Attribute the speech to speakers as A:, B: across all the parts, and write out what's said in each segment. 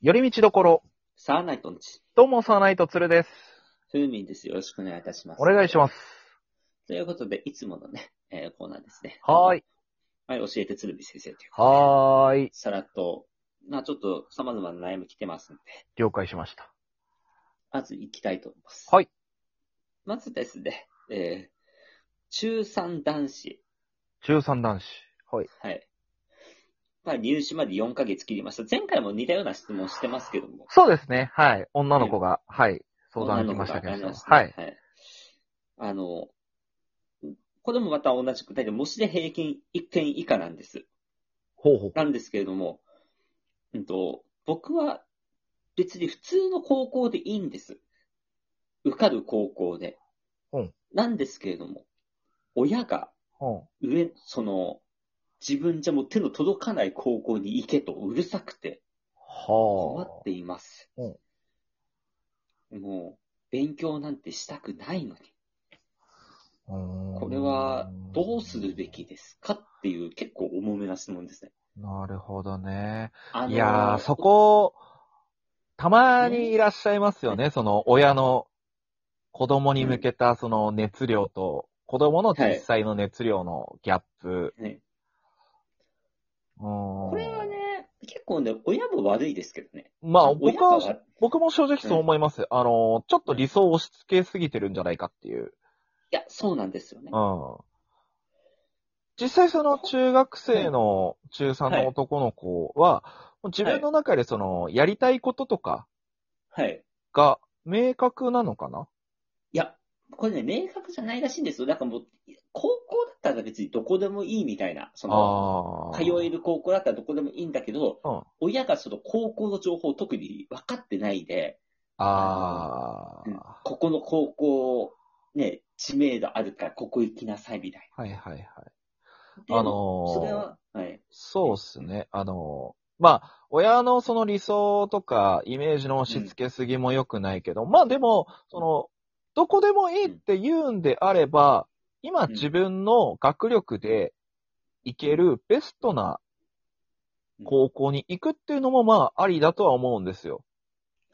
A: 寄り道どころ、
B: サーナイトンチ、
A: どうもさないとつるです。
B: ふーみんです。よろしくお願いいたします。。
A: お願いしますす。
B: ということで、いつものね、 えーコーナーですね。
A: はーい。
B: はい、教えて鶴見先生ということで
A: はーい。
B: さらっと、まあちょっと様々な悩み来てますんで、
A: 了解しました。
B: まず行きたいと思います。
A: はい。
B: まずですね、えー、中3男子。
A: 中3男子。はい。
B: はい。まあ入試まで4ヶ月切りました。前回も似たような質問してますけども。
A: そうですね。はい。女の子が、はい。相談に来ましたけれ
B: 女
A: ども。
B: の子が
A: は
B: あ
A: い。
B: りましたねはい。あの、これもまた同じくらいで、模試で平均1点以下なんです。
A: ほうほう。
B: なんですけれども、うんと、僕は別に普通の高校でいいんです。受かる高校で。
A: うん
B: なんですけれども、親が
A: ほ
B: 上、その、自分じゃもう手の届かない高校に行けとうるさくて
A: う
B: 困
A: は
B: っ
A: あ。
B: ています。
A: う
B: もう、勉強なんてしたくないのに、
A: こ
B: これはどうするべきですかっていう結構重めな質問ですね。
A: なるほどね。
B: あの
A: いやー、そこ、たまにいらっしゃいますよね。その、親の子供に向けたその熱量と、子供の実際の熱量のギャップ。
B: ね
A: こ
B: これは、ね、結構ね、親も悪いですけどね。
A: まあ、
B: 親
A: 僕
B: が
A: は、
B: 悪い
A: 僕も正直そう思います。あの、ちょっと理想を押し付けすぎてるんじゃないかっていう。
B: や、そうなんですよね
A: う。ん。実際その中学生の中3の男の子は、もう自分の中でその、やりたいこととか
B: はい。
A: が明確なのかない
B: や、これね、明確じゃないらしいんですよ。なんかもう、高校だったら別にどこでもいいみたいな、その、
A: ああ。
B: 通える高校だったらどこでもいいんだけど、
A: うん
B: 親がその高校の情報を特に分かってないで、
A: あ
B: うん
A: あ。
B: ここの高校、ね、知名度あるからここ行きなさいみたい
A: はいはいはい。
B: な。で
A: あのー
B: それは、はい。
A: そうっすね。あの、まあ、親のその理想とかイメージの押し付けすぎも良くないけど、まあでも、その、どこでもいいって言うんであれば、今
B: うん
A: 自分の学力で行けるベストな高校に行くっていうのもまあありだとは思うんですよ。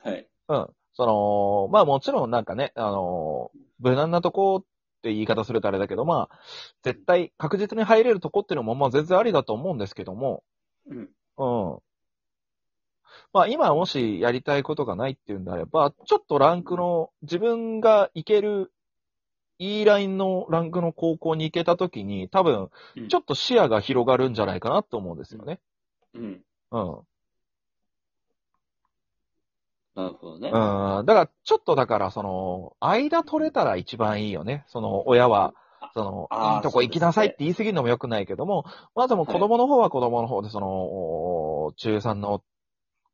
B: はい。
A: うん。その、まあもちろんなんかね、あの、無難なとこって言い方するとあれだけど、まあ、絶対確実に入れるとこっていうのもまあ全然ありだと思うんですけども、
B: うん。
A: うん。まあ今もしやりたいことがないっていうんであれば、ちょっとランクの、自分が行ける、いいラインのランクの高校に行けたときに、多分
B: うん、
A: ちょっと視野が広がるんじゃないかなと思うんですよね。
B: うん。
A: うん。
B: なるほどね。
A: うん。だから、ちょっとだから、その、間取れたら一番いいよね。その、親は、その、
B: あー
A: いいとこ行きなさいって言い過ぎるのも良くないけども、まあでも
B: はい
A: 子供の方は子供の方で、その、お中3の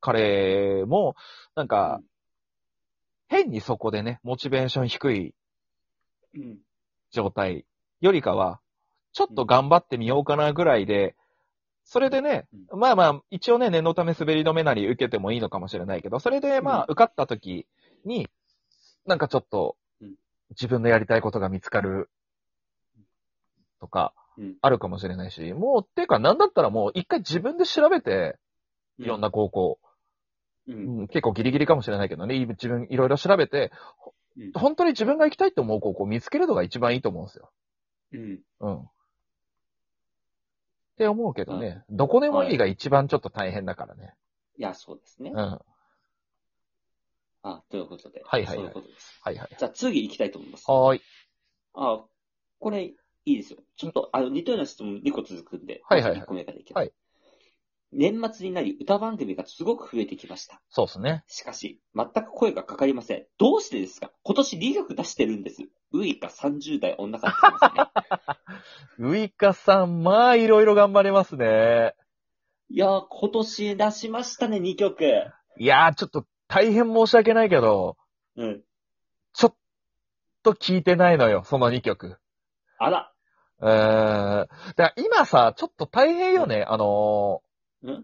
A: 彼も、なんか
B: うん、
A: 変にそこでね、モチベーション低い
B: うん。
A: 状態よりかは、ちょっと頑張ってみようかなぐらいで、それでね、まあまあ、一応ね、念のため滑り止めなり受けてもいいのかもしれないけど、それでまあ、
B: う
A: 受かった時に、なんかちょっと
B: うん、
A: 自分のやりたいことが見つかる、とか
B: うん、
A: あるかもしれないし、もう、っていうか、なんだったらもう、一回自分で調べて、
B: うん
A: いろんな高校、
B: うん。
A: うん結構ギリギリかもしれないけどね、い自分いろいろ調べて、
B: うん
A: 本当に自分が行きたいと思う高校を見つけるのが一番いいと思うんですよ。
B: うん。
A: うん。って思うけどね、どこでもいいが一番ちょっと大変だからね。
B: いや、そうですね。
A: うん。
B: あ、ということで。
A: はいはいはい
B: そういうことです。
A: はいはい。
B: じゃあ次行きたいと思います。
A: はーい。
B: あ、これ、いいですよ。ちょっと、あの、似たような質問2個続くんで。
A: はいはいはい
B: 1個目からいきます。
A: はい
B: 年末になり、歌番組がすごく増えてきました。
A: そうですね。
B: しかし、全く声がかかりません。どうしてですか今年リーグ出してるんです。ウイカ30代女から来て ますね。
A: ウイカさん、まあ、いろいろ頑張れますね。
B: いやー、今年出しましたね、2曲。
A: いやー、ちょっと大変申し訳ないけど、
B: うん。
A: ちょっと聞いてないのよ、その2曲。
B: あら。
A: うーん。だから今さ、ちょっと大変よね。あの
B: うん
A: ー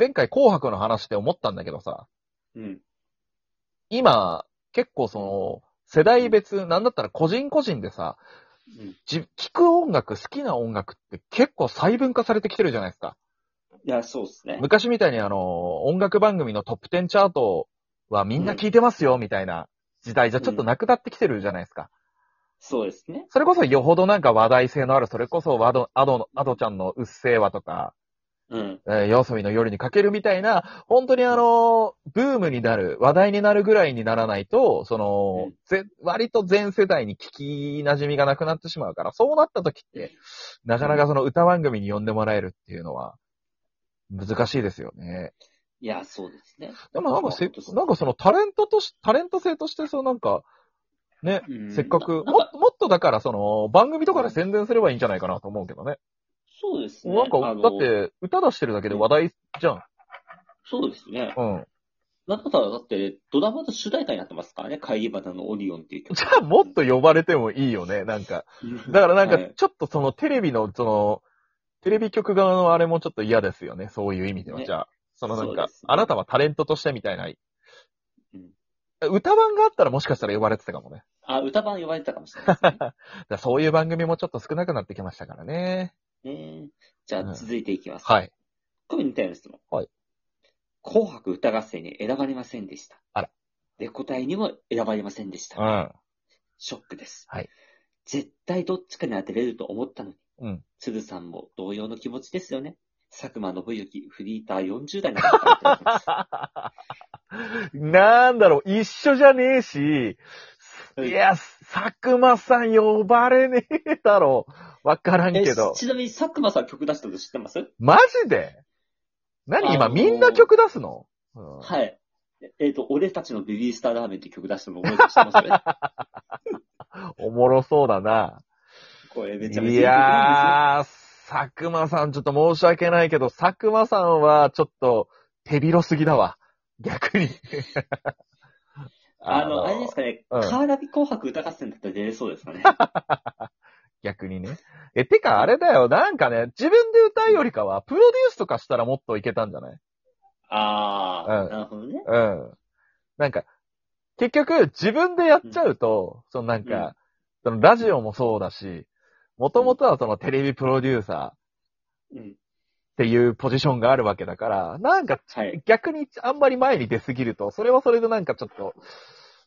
A: 前回紅白の話で思ったんだけどさ、
B: うん。
A: 今、結構その、世代別、なんだったら個人個人でさ、
B: うん。
A: じ、聞く音楽、好きな音楽って結構細分化されてきてるじゃないですか。
B: いや、そうですね。
A: 昔みたいにあの、音楽番組のトップ10チャートはみんな聞いてますよ、みたいな時代じゃちょっとなくなってきてるじゃないですか。
B: そうですね。
A: それこそよほどなんか話題性のある、それこそワド、アドの、アドちゃんのうっせぇわとか、
B: うん。
A: えー、夜遊びの夜にかけるみたいな、本当にあの、ブームになる、話題になるぐらいにならないと、その、
B: うん
A: ぜ割と全世代に聞き馴染みがなくなってしまうから、そうなった時って、なかなかその歌番組に呼んでもらえるっていうのは、難しいですよね。
B: いや、そうですね。
A: でもなんかせ
B: 本当、そう
A: なんかそのタレントとし、タレント性として、そのなんか、ね、
B: うん
A: せっかく、
B: な
A: もっと、もっとだからその、番組とかで宣伝すればいいんじゃないかなと思うけどね。
B: そうですね。
A: なんか、
B: あの
A: だっ、て、歌出してるだけで話題じゃん。
B: そうですね。
A: うん。
B: なんだったら、だって、ドラマの主題歌になってますからね。帰り花のオリオンっていう曲。
A: じゃあ、もっと呼ばれてもいいよね、なんか。だからなんか、
B: はい
A: ちょっとそのテレビの、その、テレビ局側のあれもちょっと嫌ですよね、そういう意味では。
B: ね
A: じゃあ、そのなん
B: そう
A: か、
B: ですね
A: あなたはタレントとしてみたいな。歌番があったらもしかしたら呼ばれてたかもね。
B: あ、歌番呼ばれてたかもしれないですね。
A: だからそういう番組もちょっと少なくなってきましたからね。
B: ねえじゃ
A: う
B: あ、
A: ん
B: 続いていきます。
A: はい。
B: これ似たような質問。
A: はい。
B: 紅白歌合戦に選ばれませんでした。
A: あら。
B: レコ大にも選ばれませんでした。
A: うん。
B: ショックです。
A: はい。
B: 絶対どっちかに当てれると思ったのに、
A: うん。
B: 鶴さんも同様の気持ちですよね。佐久間信行、フリーター40代の方からいただきまし
A: なんだろう、一緒じゃねえし、 いや、佐久間さん呼ばれねえだろ。わからんけ
B: た。
A: ど
B: え、。ちなみに佐久間さん曲出したの知ってます
A: マジで何今、
B: あのー
A: みんな曲出すの、うん
B: はい。ええっ、と、俺たちのベビースターラーメンって曲出したの覚えてますね。
A: おもろそうだな。
B: これめちゃめ
A: い
B: ちゃ
A: やー、佐久間さん、ちょっと申し訳ないけど、佐久間さんはちょっと手広すぎだわ。逆に。
B: あの、あれですかね、
A: うん
B: カーラビ紅白歌合戦だったら出れそうです かね。
A: 逆にね。え、てかあれだよ、なんかね、自分で歌うよりかは、プロデュースとかしたらもっといけたんじゃない
B: ああ、
A: うん
B: なるほどね。
A: うん。なんか、結局、自分でやっちゃうと、そのなんか、そのラジオもそうだし、もともとはそのテレビプロデューサーっ
B: うん。
A: ていうポジションがあるわけだから、なんか
B: はい。
A: 逆にあんまり前に出すぎると、それはそれでなんかちょっと、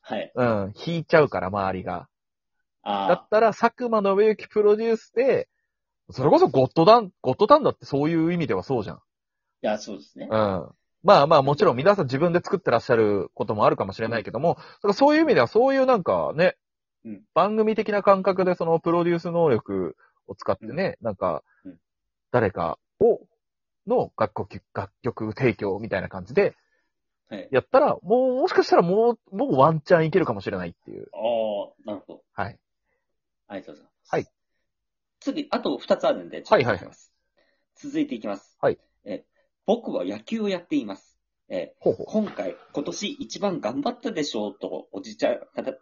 B: はい。
A: うん、引いちゃうから、周りが。だ
B: あ
A: ったら、佐久間信之プロデュースで、それこそゴッドタン、ゴッドタンだってそういう意味ではそうじゃん。
B: あ、いや、そうですね。
A: うん。まあまあもちろん皆さん自分で作ってらっしゃることもあるかもしれないけども、だからそういう意味ではそういうなんかね、
B: うん
A: 番組的な感覚でそのプロデュース能力を使ってね、なんか
B: うん、
A: 誰かを、の楽曲、楽曲提供みたいな感じで、
B: はい。
A: やったら、もう、もしかしたらもう、もうワンチャンいけるかもしれないっていう。
B: ああ、なるほど。
A: はい。
B: ありがとうございます。
A: はい。
B: 次、あと2つあるんで、ちょっと待ってます。続いていきます。
A: はい。
B: え、僕は野球をやっています。え、
A: ほうほう。
B: 今回、今年一番頑張ったでしょうと、おじちゃん方、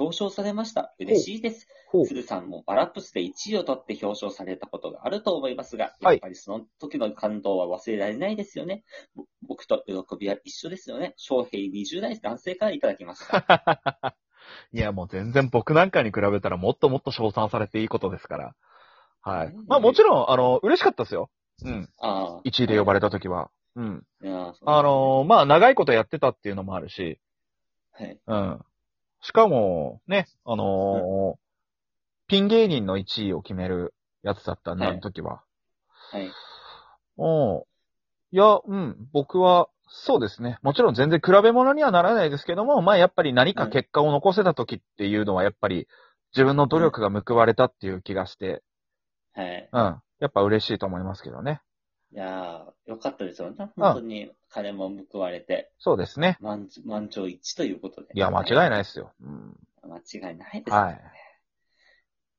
B: 表彰されました。嬉しいです。
A: ほ
B: 鶴さんもバラップスで1位を取って表彰されたことがあると思いますが、
A: は
B: や
A: い
B: っぱりその時の感動は忘れられないですよね。ぼ僕と喜びは一緒ですよね。翔平20代男性からいただきました。
A: いや、もう全然僕なんかに比べたらもっともっと称賛されていいことですから。はい。まあもちろん、あの、嬉しかったですよ。うん。
B: ああ。
A: 1位で呼ばれた時は。うん。
B: いやー
A: あ、のーまあ長いことやってたっていうのもあるし、
B: はい。
A: うん。しかも、ね、あのーピン芸人の1位を決めるやつだったんで、
B: はい
A: あの時は。
B: はい。
A: おいや、うん、僕は、そうですね。もちろん全然比べ物にはならないですけども、まあやっぱり何か結果を残せた時っていうのは、やっぱり自分の努力が報われたっていう気がして、
B: はい。
A: うん、やっぱ嬉しいと思いますけどね。
B: いやーよかったですよね。本当に彼も報われて、
A: そうですね。
B: 満満潮一致ということで。
A: いや、間違い
B: い。
A: ないですよ。うん、
B: 間違いないです、ね。
A: はい。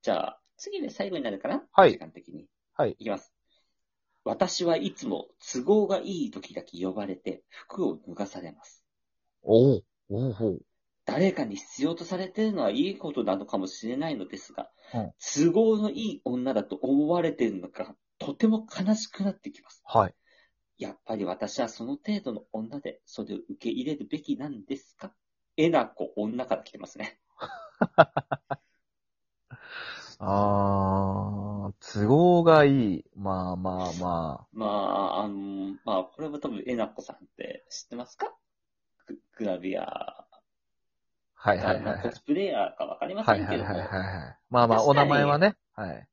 B: じゃあ、次で最後になるかな
A: はい
B: 時間的に。
A: はい。
B: いきます。私はいつも都合がいい時だけ呼ばれて服を脱がされます。
A: おうおうほう。
B: 誰かに必要とされているのはいいことなのかもしれないのですが、
A: うん
B: 都合のいい女だと思われているのがとても悲しくなってきます。
A: はい。
B: やっぱり私はその程度の女で、それを受け入れるべきなんですかえなこ女から来てますね。
A: あー、都合がいい。まあまあま
B: まあ、あの、まあ、これも多分、えなこさんって知ってますかググラビア、
A: あ。はいはいはい
B: ま
A: は
B: あ
A: い。
B: コスプレイヤーかわかりま
A: は
B: せ
A: い
B: ん
A: は
B: け
A: い
B: ど
A: は
B: も、
A: いはいはい。まあまあ、お名前はね。はい。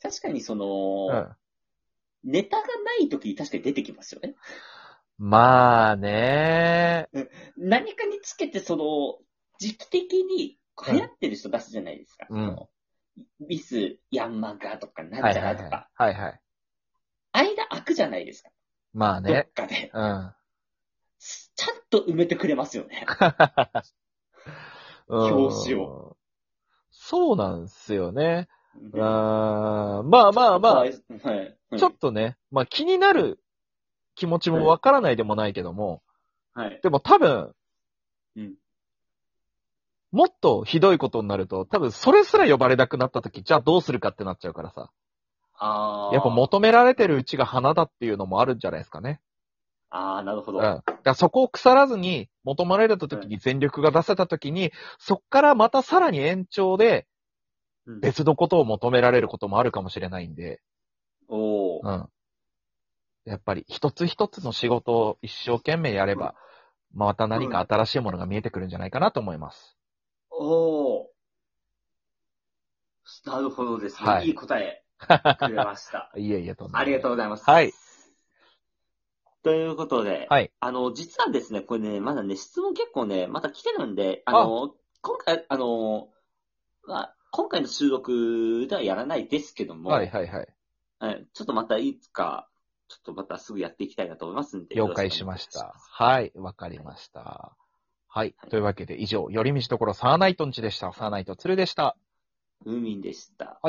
B: 確かにその、
A: うん。
B: ネタがない時に確かに出てきますよね。
A: まあね。
B: 何かにつけて、その、時期的に
A: うん
B: 流行ってる人出すじゃないですか。
A: うん
B: そのミス、ヤンマガとか、な
A: は
B: ん
A: い
B: ちゃ
A: は
B: ら
A: い
B: とか、
A: はい。はいはい。
B: 間空くじゃないですか。
A: まあ
B: どっ
A: ね。
B: か で。
A: うん。
B: ちゃんと埋めてくれますよね。表紙
A: を。そうなんですよね。
B: う
A: う
B: ん
A: ん。まあまあまあ
B: かわい、そうはい。はい
A: ちょっとね、まあ気になる気持ちもわからないでもないけども、
B: はい。
A: でも多分、
B: うん
A: もっとひどいことになると、多分それすら呼ばれなくなった時、じゃあどうするかってなっちゃうからさ。
B: ああ。
A: やっぱ求められてるうちが花だっていうのもあるんじゃないですかね。
B: ああ、なるほ
A: う
B: ど。
A: ん。だからそこを腐らずに、求められた時に全力が出せた時に、そっからまたさらに延長で
B: うん
A: 別のことを求められることもあるかもしれないんで。
B: お
A: う
B: ー。
A: ん。やっぱり一つ一つの仕事を一生懸命やれば、また何か新しいものが見えてくるんじゃないかなと思います。
B: おー。なるほどですね。
A: はい
B: い、い答 えくれました。
A: いえいえとんでもな
B: あ
A: い。
B: りがとうございます。
A: はい。
B: ということで、
A: はい
B: あの、実はですね、これね、まだね、質問結構ね、また来てるんで、あの、今回、あの、まあ、今回の収録ではやらないですけども、
A: はいはいはい。
B: はいちょっとまたいつか、ちょっとまたすぐやっていきたいなと思いますんで。
A: 了解しまし
B: よろくお願い
A: た
B: ます。
A: はい、わかりました。はい。というわけで以上、寄り道ところサーナイトンチでした。サーナイトツルでした。
B: ムーミンでした。